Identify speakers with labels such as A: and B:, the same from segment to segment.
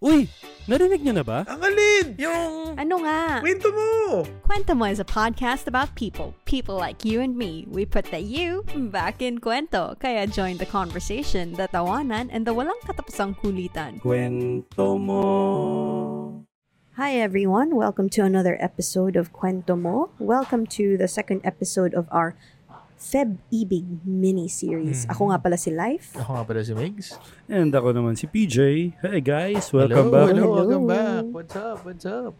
A: Uy, narinig nyo na ba?
B: Ang alin! Yung...
C: Ano nga?
B: Kwento mo!
C: Cuento Mo is a podcast about people, people like you and me. We put the you back in Cuento, kaya join the conversation, the tawanan, and the walang katapusang kulitan.
A: Kwento mo.
C: Hi everyone, welcome to another episode of Cuento Mo. Welcome to the second episode of our Feb Ibig mini-series. Ako nga pala si Life.
D: Ako nga pala si Migs.
A: And ako naman si PJ. Hey guys, welcome
D: hello,
A: back.
D: Hello,
C: Hello.
D: welcome back. What's up? What's up?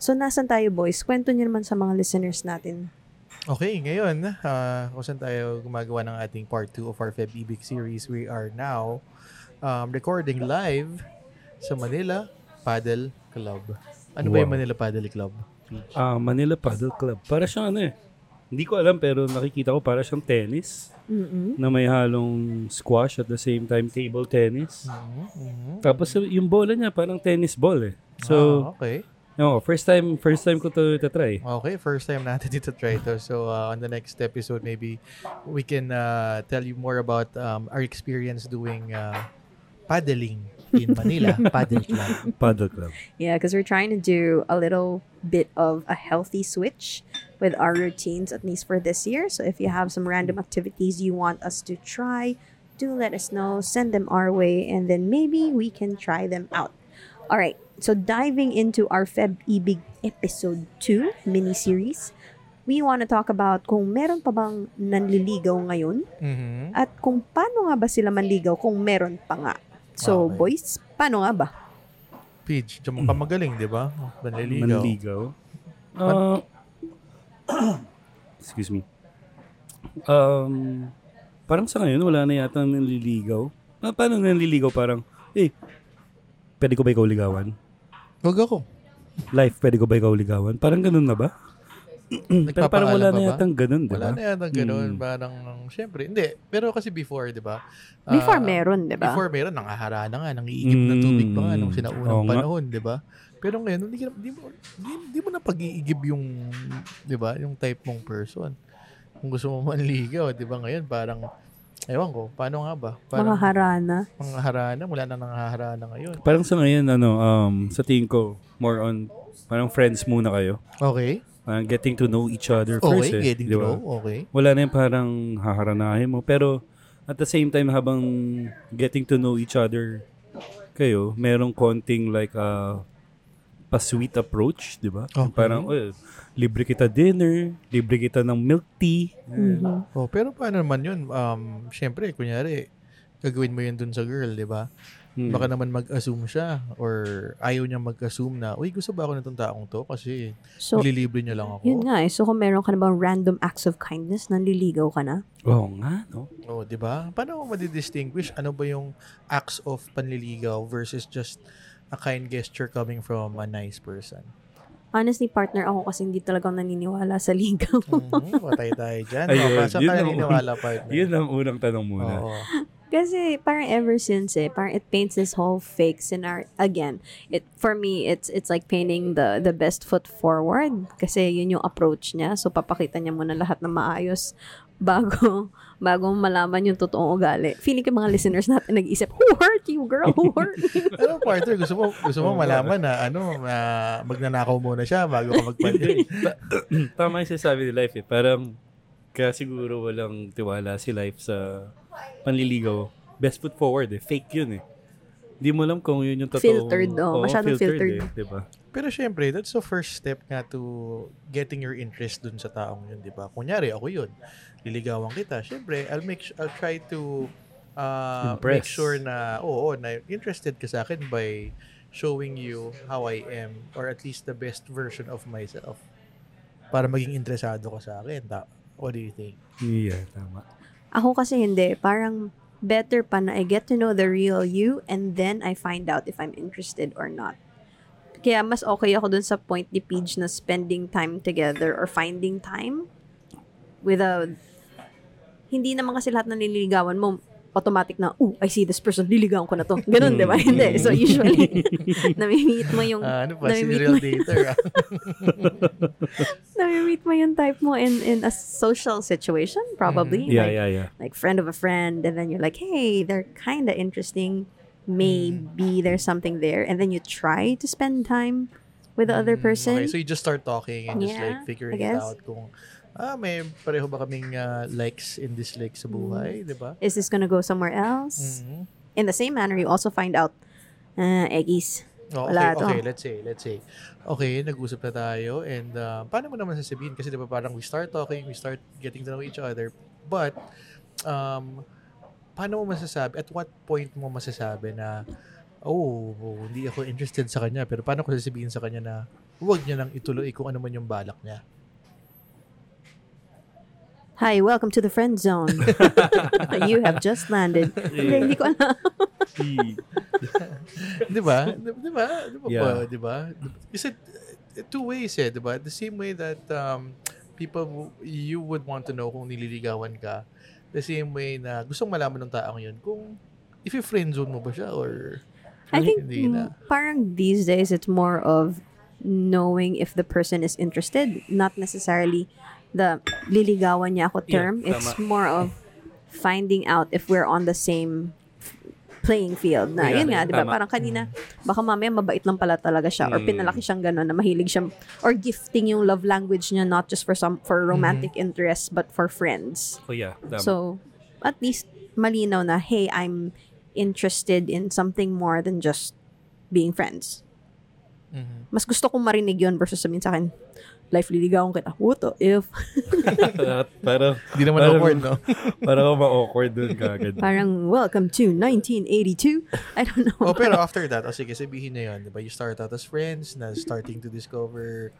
C: So nasan tayo boys? Kwento niyo naman sa mga listeners natin.
D: Okay, ngayon, uh, kung saan tayo gumagawa ng ating part 2 of our Feb Ibig series, we are now um, recording live sa Manila Paddle Club. Ano
A: Wow.
D: ba yung Manila Paddle Club?
A: Ah, Manila Paddle Club. Para siyang ano eh. Hindi ko alam pero nakikita ko para siyang tennis
C: Mm-mm.
A: na may halong squash at the same time table tennis. Tapos eh, yung bola niya parang tennis ball eh. So,
D: Ah, okay.
A: no, first time first time ko to try.
D: Okay, first time natin dito try ito. So, uh, on the next episode, maybe we can uh, tell you more about um, our experience doing uh, paddling in Manila Paddle Club.
A: Paddle Club.
C: Yeah, because we're trying to do a little bit of a healthy switch with our routines, at least for this year. So if you have some random activities you want us to try, do let us know, send them our way, and then maybe we can try them out. All right, so diving into our Feb Ibig Episode 2 miniseries, we want to talk about kung meron pa bang nanliligaw ngayon
D: Mhm.
C: at kung paano nga ba sila manligaw kung meron pa nga. So,
D: Okay.
C: boys, paano nga ba?
D: Pidge, diyan mo ka magaling, di ba? Manliligaw.
A: Manligaw. Uh, excuse me. Um, parang sa ngayon, wala na yata nanliligaw. Ah, paano nanliligaw? Parang, eh, pwede ko ba ikaw ligawan?
D: Huwag ako.
A: Life, pwede ko ba ikaw ligawan? Parang ganun na ba? Pero parang
D: Nagpapaalam
A: wala
D: pa
A: na
D: ba?
A: yatang ganun, di
D: Wala
A: ba?
D: na yata ganun.
A: Mm.
D: Parang, syempre, hindi. Pero kasi before, di ba? Ah,
C: Before meron, di ba?
D: Before meron, nangahara na nga, nangiigib na tubig pa nga nung
A: Mm. Oo
D: sinaunang
A: nga.
D: panahon, di ba? Pero ngayon, hindi, ka- di, mo, di, di mo na pag-iigib yung, di ba, yung type mong person. Kung gusto mo manligaw, di ba, ngayon, parang, ewan ko, paano nga ba?
C: Mga
D: Parang,
C: harana.
D: manghahara na, wala na nanghahara na ngayon.
A: Parang sa ngayon, ano, um, sa tingin ko, more on, parang friends muna kayo.
D: Okay?
A: Parang getting to know each other
D: Okay,
A: first, eh,
D: getting
A: di
D: to
A: ba?
D: know, okay.
A: wala na yung parang haharanahin mo. Pero at the same time, habang getting to know each other kayo, merong konting like a pa-sweet approach, di ba?
D: Okay.
A: Parang, oh, libre kita dinner, libre kita ng milk tea.
C: Mhm.
D: Oh, pero paano naman yun? Um, Siyempre, kunyari, gagawin mo yun dun sa girl, di ba?
A: Hmm.
D: Baka naman mag-assume siya or ayaw niya mag-assume na, uy, gusto ba ako nitong taong to? Kasi
C: So,
D: nililibre niya lang ako.
C: yun nga eh. So, kung meron ka na bang random acts of kindness, nanliligaw ka na?
A: Oo nga, no?
D: Oh, di ba? Paano mo madidistinguish ano ba yung acts of panliligaw versus just a kind gesture coming from a nice person?
C: Honestly, partner ako kasi hindi talagang naniniwala sa ligaw.
D: Mhm, Patay tayo dyan.
A: Ayun,
D: Ayun, Saan
A: yun
D: ka
A: ang-
D: naniniwala partner?
A: Yun ang unang tanong muna.
D: Oo.
C: kasi parang ever since eh, parang it paints this whole fake scenario. Again, it for me, it's it's like painting the the best foot forward. Kasi yun yung approach niya. So, papakita niya muna lahat ng maayos bago bago malaman yung totoong ugali. Feeling ko yung mga listeners natin nag-isip, who hurt you, girl? Who hurt you?
D: Ano partner, gusto mo gusto mo malaman na ano na magnanakaw muna siya bago ka magpanliligaw.
A: Tama yung sinasabi ni Life eh. Parang, kaya siguro walang tiwala si Life sa panliligaw. Best foot forward eh. Fake yun eh. Hindi mo alam kung yun yung totoo.
C: Filtered, oh. Masyadong filtered.
A: Eh, diba?
D: Pero syempre, that's the first step nga to getting your interest dun sa taong yun, di ba? Kunyari, ako yun. Liligawan kita. Syempre, I'll make su- I'll try to uh,
A: Impress.
D: make sure na, oo, na interested ka sa akin by showing you how I am or at least the best version of myself para maging interesado ka sa akin. Ta- What do you think?
A: Yeah, tama.
C: Ako kasi hindi. Parang better pa na I get to know the real you and then I find out if I'm interested or not. Kaya mas okay ako dun sa point ni Paige na spending time together or finding time without... Hindi naman kasi lahat na nililigawan mo automatic na, oh, I see this person, liligawan ko na to. Ganun, di ba? Hindi. So, usually, nami-meet mo yung
D: Ah, ano ba?
C: Nami-meet
D: Serial
C: mo-
D: dater. ah.
C: nami-meet mo yung type mo in in a social situation, probably.
A: Mm. Yeah,
C: Like,
A: yeah, yeah.
C: like friend of a friend and then you're like hey they're kind of interesting
D: Mm.
C: maybe there's something there and then you try to spend time with the other
D: Mm,
C: person
D: Okay, so you just start talking and just
C: Yeah,
D: like figuring
C: I
D: it
C: guess.
D: out kung ah, may pareho ba kaming ah, likes and dislikes sa
C: Mm-hmm.
D: buhay, di ba?
C: is this gonna go somewhere else
D: Mhm.
C: in the same manner you also find out uh, eggies
D: Oh, okay,
C: Wala to.
D: okay, let's say, let's say. Okay, nag-usap na tayo and ah, paano mo naman sasabihin? Kasi di ba parang we start talking, we start getting to know each other, but um, paano mo masasabi, at what point mo masasabi na oh, oh, hindi ako interested sa kanya, pero paano ko sasabihin sa kanya na huwag niya nang ituloy kung ano man yung balak niya?
C: hi welcome to the friend zone you have just landed Hindi, hindi ko alam.
D: di ba? Di di ba? Di ba?
A: Yeah.
D: po? Di ba? Is it uh, two ways eh, di ba? The same way that um, people, w- you would want to know kung nililigawan ka. The same way na gustong malaman ng taong yun kung if you friendzone mo ba siya or
C: I think
D: hindi na.
C: mm, parang these days it's more of knowing if the person is interested, not necessarily the liligawan niya ako
A: Yeah,
C: term. it's
A: tama.
C: more of finding out if we're on the same f- playing field na.
A: Yeah,
C: yun nga, di ba?
A: tama.
C: Parang kanina, baka mamaya mabait lang pala talaga siya or
A: Mm.
C: pinalaki siyang gano'n na mahilig siya or gifting yung love language niya not just for some for
A: Mm-hmm.
C: romantic interests but for friends.
A: Oh, yeah. Tama.
C: So, at least malinaw na, hey, I'm interested in something more than just being friends.
D: Mhm.
C: Mas gusto kong marinig yun versus sabihin sa akin, life liligawan kita. What the if?
A: parang,
D: Hindi naman
A: Parang-
D: awkward, no?
A: parang ako ma-awkward dun kagad.
C: Parang, welcome to 1982. I don't know.
D: oh, pero after that, oh, sige, sabihin na yun, di ba? You start out as friends na starting to discover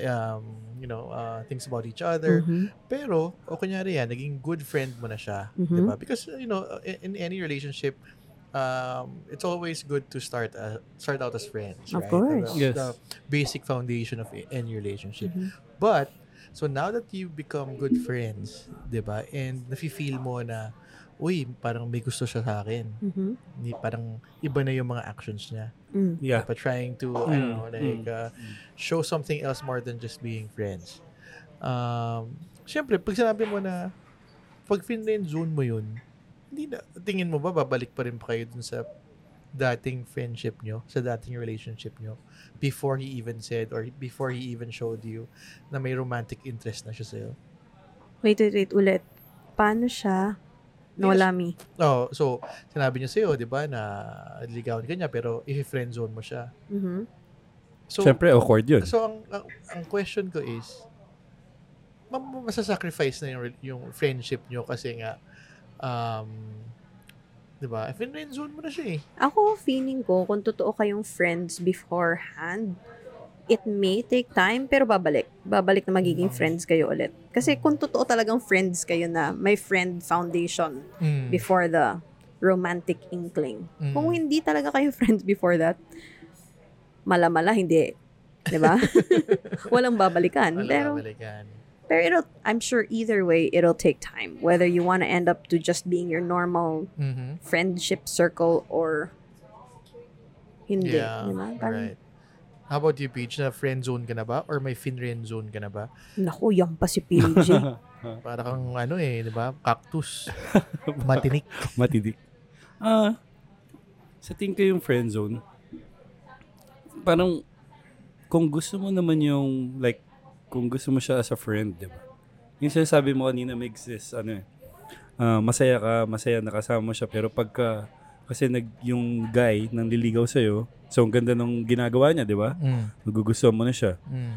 D: um, you know, uh, things about each other.
C: Mhm.
D: Pero, o kunyari yan, naging good friend mo na siya.
C: Mhm.
D: Diba? Because, you know, in, in any relationship, um, it's always good to start uh, start out as friends,
C: Of
D: right?
C: course.
D: That's
A: Yes.
D: the basic foundation of a- any relationship.
C: Mhm.
D: But, so now that you become good friends, diba? And nafe-feel mo na, uy, parang may gusto siya sa akin.
C: Mhm.
D: Ni, parang iba na yung mga actions niya.
C: Mm.
A: Yeah.
D: But trying to, I don't know,
A: Mm,
D: like,
A: mm,
D: uh, show something else more than just being friends. Um, Siyempre, pag sinabi mo na, pag friend zone mo yun, hindi na, tingin mo ba, babalik pa rin pa kayo dun sa dating friendship nyo, sa dating relationship nyo, before he even said, or before he even showed you, na may romantic interest na siya sa'yo.
C: Wait, wait, wait. Ulit. Paano siya nawala me?
D: Oh, so, sinabi niya sa'yo, di ba, na ligawan ka niya, pero i-friend zone mo siya.
C: Mhm.
D: So,
A: Siyempre, awkward yun.
D: So ang, ang ang question ko is ma- masasacrifice na yung re- yung friendship nyo kasi nga um 'di ba? Friend zone mo na siya eh.
C: Ako, feeling ko, kung totoo kayong friends beforehand, it may take time, pero babalik. Babalik na magiging friends kayo ulit. Kasi kung totoo talagang friends kayo na may friend foundation
D: Mm.
C: before the romantic inkling. Kung hindi talaga kayo friends before that, malamala, hindi. 'Di ba?
D: Mm.
C: Walang babalikan. Pero, pero it'll, I'm sure either way, it'll take time. Whether you want to end up to just being your normal friendship circle or hindi.
D: Yeah.
C: di ba? Parang,
D: Right. How about you, Peach? Na friend zone ka na ba? Or may fin-friend zone ka na ba?
C: Naku, yan pa si PJ.
D: Para kang ano eh, di ba? Cactus. Matinik.
A: Matidik. Ah, sa tingin ko yung friend zone, parang kung gusto mo naman yung like kung gusto mo siya as a friend, 'di ba? Yung sinasabi mo kanina may exist ano eh. ah, masaya ka, masaya nakasama mo siya pero pagka kasi nag yung guy nang liligaw sa so ang ganda ng ginagawa niya, 'di ba?
D: Mm,
A: Magugustuhan mo na siya.
D: mm.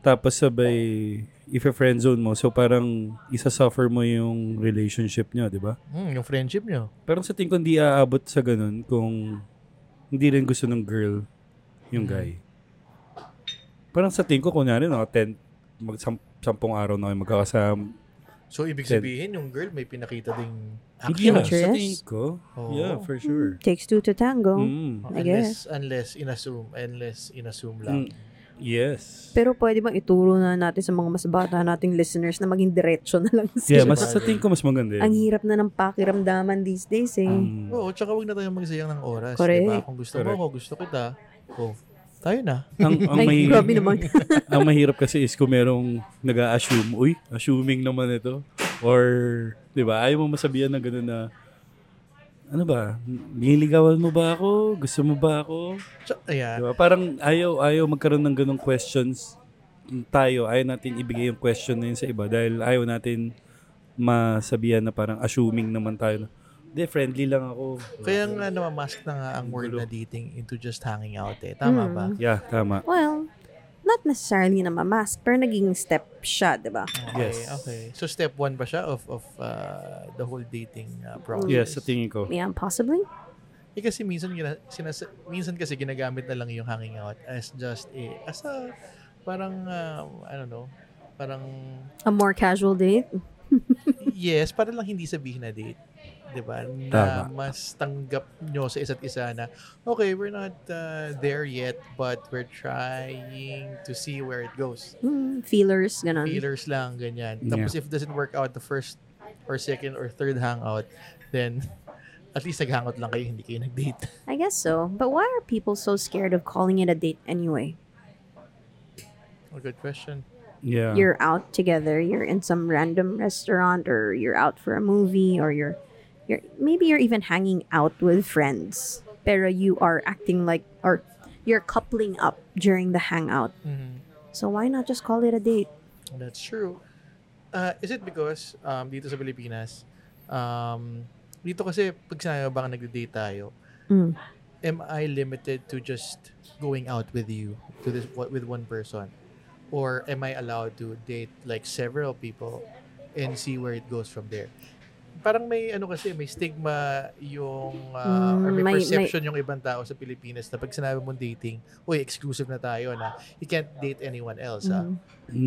A: Tapos sabay if a friend zone mo, so parang isa-suffer mo yung relationship niyo, 'di ba?
D: Mm, yung friendship nyo.
A: Parang sa tingin ko hindi aabot sa ganun kung hindi rin gusto ng girl yung
C: Mm.
D: Mhm.
A: guy. Parang sa tingin ko, kunyari, no, 10, mag, sam- sampung araw na kayo magkakasama.
D: So, ibig
A: Then-
D: sabihin, yung girl may pinakita ding
A: Yeah,
D: actions.
A: sa tingin ko.
C: Oh.
D: Oo.
A: Yeah, for sure.
C: Takes two to tango.
A: Mm.
D: Oh,
C: I
D: unless, unless inassume, unless inassume
A: Mm.
D: lang.
A: Yes.
C: Pero pwede bang ituro na natin sa mga mas bata nating listeners na maging diretso na lang
A: Yeah,
C: sila?
A: mas sa tingin ko mas maganda yun.
C: Ang hirap na ng pakiramdaman these days eh.
A: Mm.
D: Oo, tsaka huwag na tayong magsayang ng oras.
C: Correct.
D: Diba? Kung gusto mo
A: Correct.
D: ako, gusto kita, oh, tayo na.
A: ang, ang, mahi-
C: Ay, grabe naman.
A: ang mahirap kasi is kung merong nag-assume, uy, assuming naman ito. Or, di ba, ayaw mo masabihan na gano'n na, ano ba, nililigawan mo ba ako? Gusto mo ba ako?
D: So, ayan.
A: Diba? Parang ayaw, ayaw magkaroon ng ganong questions tayo. Ayaw natin ibigay yung question na yun sa iba dahil ayaw natin masabihan na parang assuming naman tayo na, hindi, friendly lang ako.
D: Kaya nga namamask na nga ang word na dating into just hanging out eh. Tama ba?
C: Mm.
A: Yeah, tama.
C: Well, not necessarily na mamask, pero naging step siya, di ba?
D: Okay,
A: Yes.
D: okay. So step one ba siya of of uh, the whole dating uh, process?
A: Yes, sa tingin ko.
C: Yeah, possibly.
D: Eh, kasi minsan gina, sinas, minsan kasi ginagamit na lang yung hanging out as just a as a parang um, I don't know, parang
C: A more casual date.
D: yes, para lang hindi sabihin na date. 'Di ba? Na
A: Tama.
D: mas tanggap nyo sa isa't isa na okay, we're not uh, there yet but we're trying to see where it goes.
C: Hmm, feelers, ganun.
D: feelers lang, ganyan. Tapos if doesn't work out the first or second or third hangout, then at least nag-hangout lang kayo, hindi kayo nag-date.
C: I guess so. But why are people so scared of calling it a date anyway?
D: Oh, good question.
A: Yeah.
C: You're out together, you're in some random restaurant or you're out for a movie or you're you're maybe you're even hanging out with friends. Pero you are acting like or you're coupling up during the hangout.
D: Mm-hmm.
C: So why not just call it a date?
D: That's true. Uh, is it because um, dito sa Pilipinas, um, dito kasi pag sinabi mo bang nag-date tayo,
C: Mm.
D: am I limited to just going out with you to this with one person? Or am I allowed to date like several people and see where it goes from there? Parang may ano kasi may stigma yung uh, or may,
C: Mm, may- may-
D: perception yung ibang tao sa Pilipinas na pag sinabi mong dating, uy, exclusive na tayo na you can't date anyone else. ah."
C: Mhm.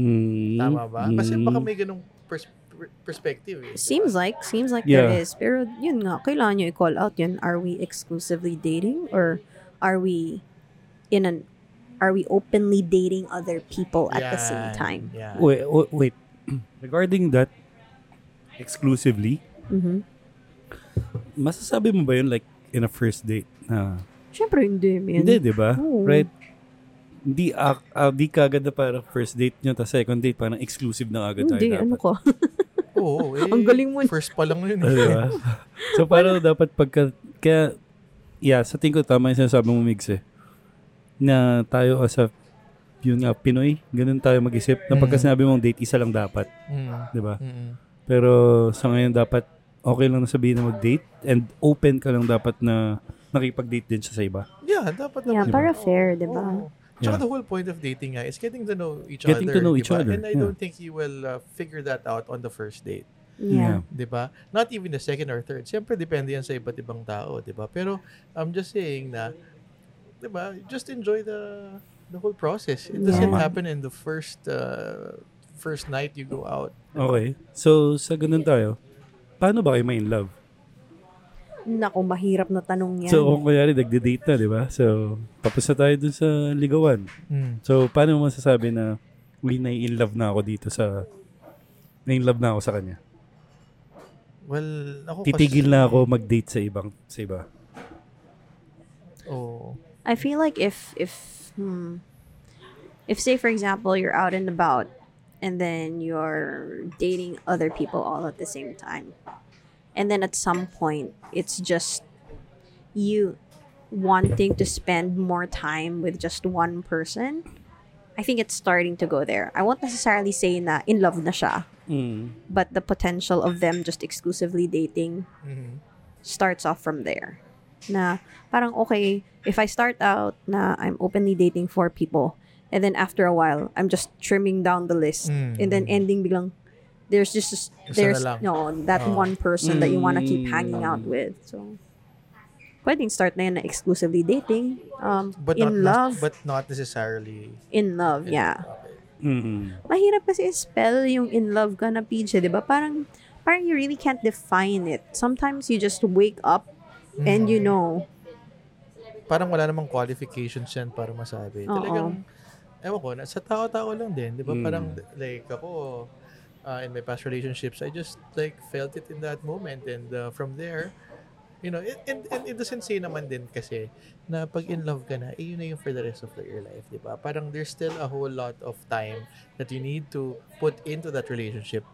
A: Mm,
D: Tama ba? Kasi
A: mm.
D: baka may ganong pers- per- perspective eh.
C: Seems like, seems like there
A: Yeah.
C: is. Pero yun nga, kailangan nyo i-call out yun. Are we exclusively dating or are we in an, are we openly dating other people at the
D: Yan,
C: same time?
D: yan.
A: Wait, wait, wait. Regarding that, exclusively,
C: Mm-hmm.
A: masasabi mo ba yun like in a first date na
C: Siyempre hindi, man.
A: Hindi, di ba?
C: Oo.
A: Right? Hindi, ah, ah, di kagad na parang first date nyo, tapos second date, parang exclusive na agad tayo
C: Hindi,
A: dapat.
C: ano ko.
D: Oo, eh,
C: Ang galing mo.
D: First pa lang yun.
A: Ah,
D: eh.
A: di ba? so, parang dapat pagka, kaya, yeah, sa tingin ko, tama yung sinasabi mo, Migs, eh. Na tayo as a, yun nga, Pinoy, ganun tayo mag-isip, na pagka
D: Mm.
A: sinabi mong date, isa lang dapat,
D: Mm,
A: di ba?
D: mm,
A: Pero, sa ngayon, dapat, okay lang na sabihin na mag-date, and open ka lang dapat na nakipag-date din siya sa iba.
D: Yeah, dapat
C: Yeah,
D: naman.
C: para
D: Oo,
C: fair, di
D: oo.
C: ba?
D: Tsaka
A: Yeah.
D: the whole point of dating nga is getting to know each
A: Getting
D: other.
A: to know
D: di
A: each
D: ba?
A: other,
D: And I
A: yeah.
D: don't think you will uh, figure that out on the first date.
C: Yeah.
D: Di ba? Not even the second or third. Siyempre, depende yan sa iba't ibang tao. Di ba? Pero, I'm just saying na, di ba, just enjoy the the whole process. It doesn't
A: Yeah.
D: happen in the first uh, first night you go out.
A: Okay. So, sa ganun tayo, paano ba kayo ma-in love?
C: Naku, mahirap na tanong yan.
A: So, kung kunyari, nagde-date na, di ba? So, tapos na tayo dun sa ligawan. So, paano mo masasabi na, uy, nai-in love na ako dito sa, nai-in love na ako sa kanya?
D: Well, ako
A: Titigil na ako mag-date sa ibang, sa iba.
D: Oh.
C: I feel like if if hmm, if say for example you're out and about and then you're dating other people all at the same time and then at some point it's just you wanting to spend more time with just one person I think it's starting to go there. I won't necessarily say na in love na siya,
A: Mm.
C: but the potential of them just exclusively dating
D: Mm-hmm.
C: starts off from there. Na parang okay, if I start out na I'm openly dating four people, and then after a while, I'm just trimming down the list,
D: Mm.
C: and then ending biglang there's just this-
D: Isa na
C: there's
D: lang. Oh.
C: no that
D: Oo.
C: one person that you want to keep hanging
A: Mm.
C: out with. So pwedeng start na yun na exclusively dating. Um,
D: But not,
C: in love.
D: But not necessarily.
C: in love, yeah.
D: Okay.
A: Mm.
C: mahirap kasi spell yung in love ka na PJ, di ba? Parang, parang you really can't define it. Sometimes you just wake up
D: Mm-hmm.
C: and you know.
D: Parang wala namang qualifications yan para masabi.
C: Oo.
D: Talagang, ewan ko, na- sa tao-tao lang din. Di ba?
A: Mm.
D: Parang, like, ako, uh, in my past relationships, I just, like, felt it in that moment. And uh, from there, you know, it, and, and it doesn't say naman din kasi na pag in love ka na, eh, yun na yun for the rest of your life, di ba? Parang
C: Mm-hmm.
D: there's still a whole lot of time that you need to put into that relationship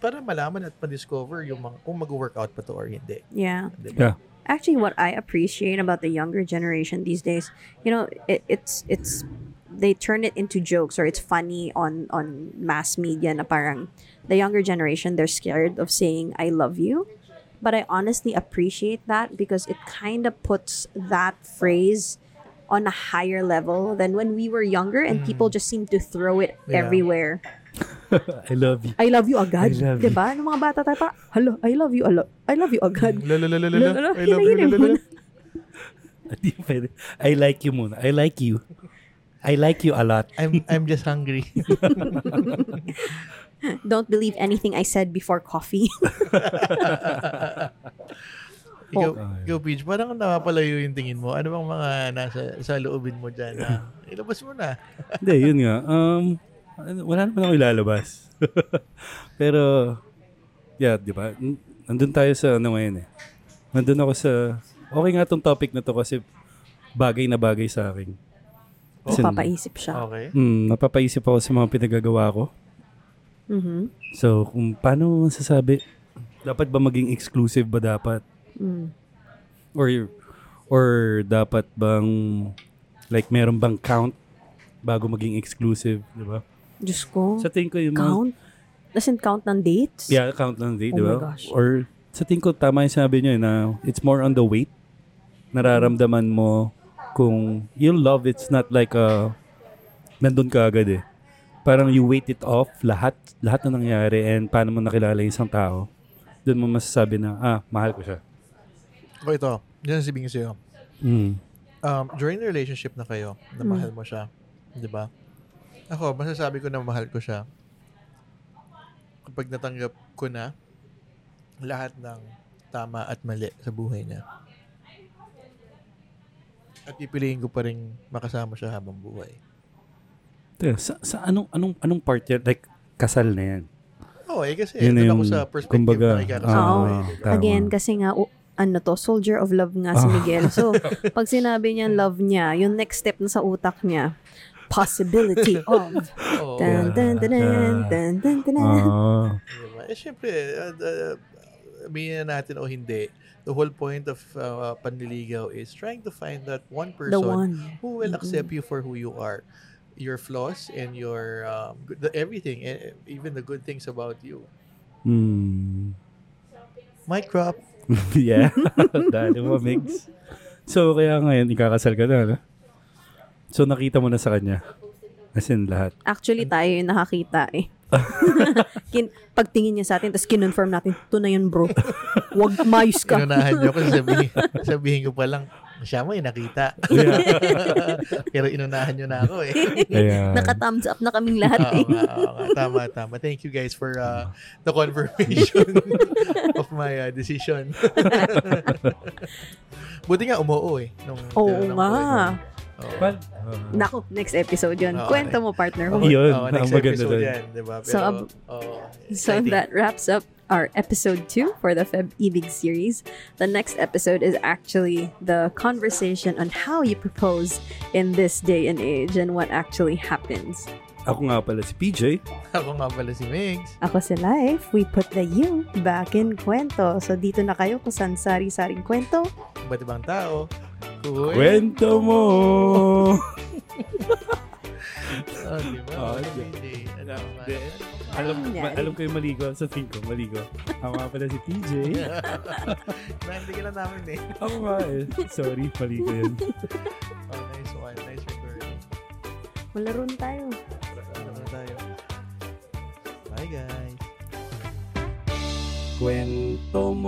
D: para malaman at ma-discover yung mga, kung mag-workout pa to or hindi.
C: Yeah.
D: Di ba?
A: Yeah.
C: actually what I appreciate about the younger generation these days, you know, it, it's it's they turn it into jokes or it's funny on on mass media na parang the younger generation they're scared of saying I love you. But I honestly appreciate that because it kind of puts that phrase on a higher level than when we were younger
A: Mm.
C: and people just seem to throw it
D: Yeah.
C: everywhere.
A: I love you.
C: I love you
A: I
C: agad.
A: love you.
C: diba? Nung mga bata tayo pa, hello, I love you, I love, I love you agad.
D: Lalalala, I love you,
C: Hinahinay mo
D: lalalala.
C: na.
A: Hindi pwede. I like you muna. I like you. I like you a lot.
D: I'm, I'm just hungry.
C: Don't believe anything I said before coffee.
D: Ikaw, ikaw Peach, parang napapalayo yung tingin mo. Ano bang mga nasa sa loobin mo dyan na ilabas mo na?
A: Hindi, yun nga. Um, ano, wala naman ako ilalabas. Pero, yeah, di ba? N- Nandun tayo sa ano ngayon eh. Nandun ako sa, okay nga tong topic na to kasi bagay na bagay sa akin. Kasi,
C: Papaisip siya.
D: Okay.
A: Mm, napapaisip ako sa mga pinagagawa ko. Ah.
C: Mm-hmm.
A: So, kung paano mo sasabi, dapat ba maging exclusive ba dapat?
C: Mm.
A: Or, or dapat bang, like, meron bang count bago maging exclusive, di ba?
C: Diyos ko.
A: Sa tingin ko yung mga
C: count? As in, count ng dates?
A: Yeah, count lang day,
C: Oh
A: di
C: my
A: ba?
C: gosh.
A: Or sa tingin ko, tama yung sinabi nyo eh, na it's more on the weight. Nararamdaman mo kung you'll love, it's not like a, nandun ka agad eh. Parang you wait it off, lahat, lahat na nangyari and paano mo nakilala yung isang tao. Doon mo masasabi na, ah, mahal ko siya.
D: Ako ito, dyan sabihin ko sa'yo.
A: Mm.
D: Um, during the relationship na kayo, na
C: Mm.
D: mahal mo siya, di ba? Ako, masasabi ko na mahal ko siya. Kapag natanggap ko na lahat ng tama at mali sa buhay niya. At pipiliin ko pa rin makasama siya habang buhay.
A: Teka, Sa, sa anong, anong, anong part yan? Like, kasal na yan.
D: Oo, eh, kasi
A: Yun na
D: doon ako
A: yung,
D: sa perspective
A: kumbaga,
D: na ikakasama ko.
A: ah,
D: eh, di ba?
A: Tama.
C: Again, kasi nga, o- ano to, soldier of love nga si
A: Ah.
C: Miguel. So, pag sinabi niya love niya, yung next step na sa utak niya, possibility
A: Oh.
C: of
D: Oo.
C: dun, dun, dun, dun, dun, dun, dun, dun.
A: Ah.
D: Diba? Eh, syempre, uh, uh, aminin na natin o hindi, the whole point of uh, panliligaw is trying to find that one person
C: The one.
D: who will
C: Mm-mm.
D: accept you for who you are. Your flaws and your um, good- the, everything, eh, even the good things about you.
A: Mm.
D: Mic drop.
A: yeah. Dali mo, mix. So, kaya ngayon, ikakasal ka na, no? So, nakita mo na sa kanya. As in, lahat.
C: Actually, tayo yung nakakita eh. Kin- pagtingin niya sa atin, tapos kinonfirm natin, ito na yun bro. Huwag mayus ka.
D: Inunahan niyo ako sabihin, sabihin ko pa lang, siya mo eh, nakita. Pero inunahan niyo na ako eh.
A: Ayan.
C: Naka-thumbs up na kaming lahat
D: Oo
A: Ah.
C: eh.
D: nga, oo nga. Tama, tama. Thank you guys for
A: Mm.
D: uh, the confirmation of my uh, decision. Buti nga, umuo eh. Nung,
C: Oo
D: nung- eh,
C: nga.
D: Oo.
A: Well, uh,
C: Nako, next episode yun.
D: Oo,
C: Kwento mo, partner.
D: Oo,
A: Okay. Yun,
D: oo,
A: ang
D: next
A: maganda
D: episode
A: dun.
D: yan, di ba? Pero,
C: So, ab-
D: oo, eh,
C: So
D: exciting.
C: that wraps up our episode two for the Feb Ebig series. The next episode is actually the conversation on how you propose in this day and age and what actually happens.
A: ako nga pala si PJ.
D: Ako nga pala si Migs.
C: Ako si Life, we put the you back in kwento. So dito na kayo kung saan sari-saring kwento.
D: Ba't ibang tao? Kuy.
A: Kwento mo!
D: Oh, di ba?
A: Oh,
D: Ano,
A: di.
D: PJ? Ano ba?
A: Di. alam, ma- alam ko yung maligo. Sa tingin ko, maligo. Ako nga pala si PJ.
D: Nahindigan na namin eh.
A: Ako nga eh. Sorry, maligo yun.
D: Oh, nice one. Nice recording.
C: Malaro na tayo.
D: Ano na tayo? Bye guys.
A: Kwento mo!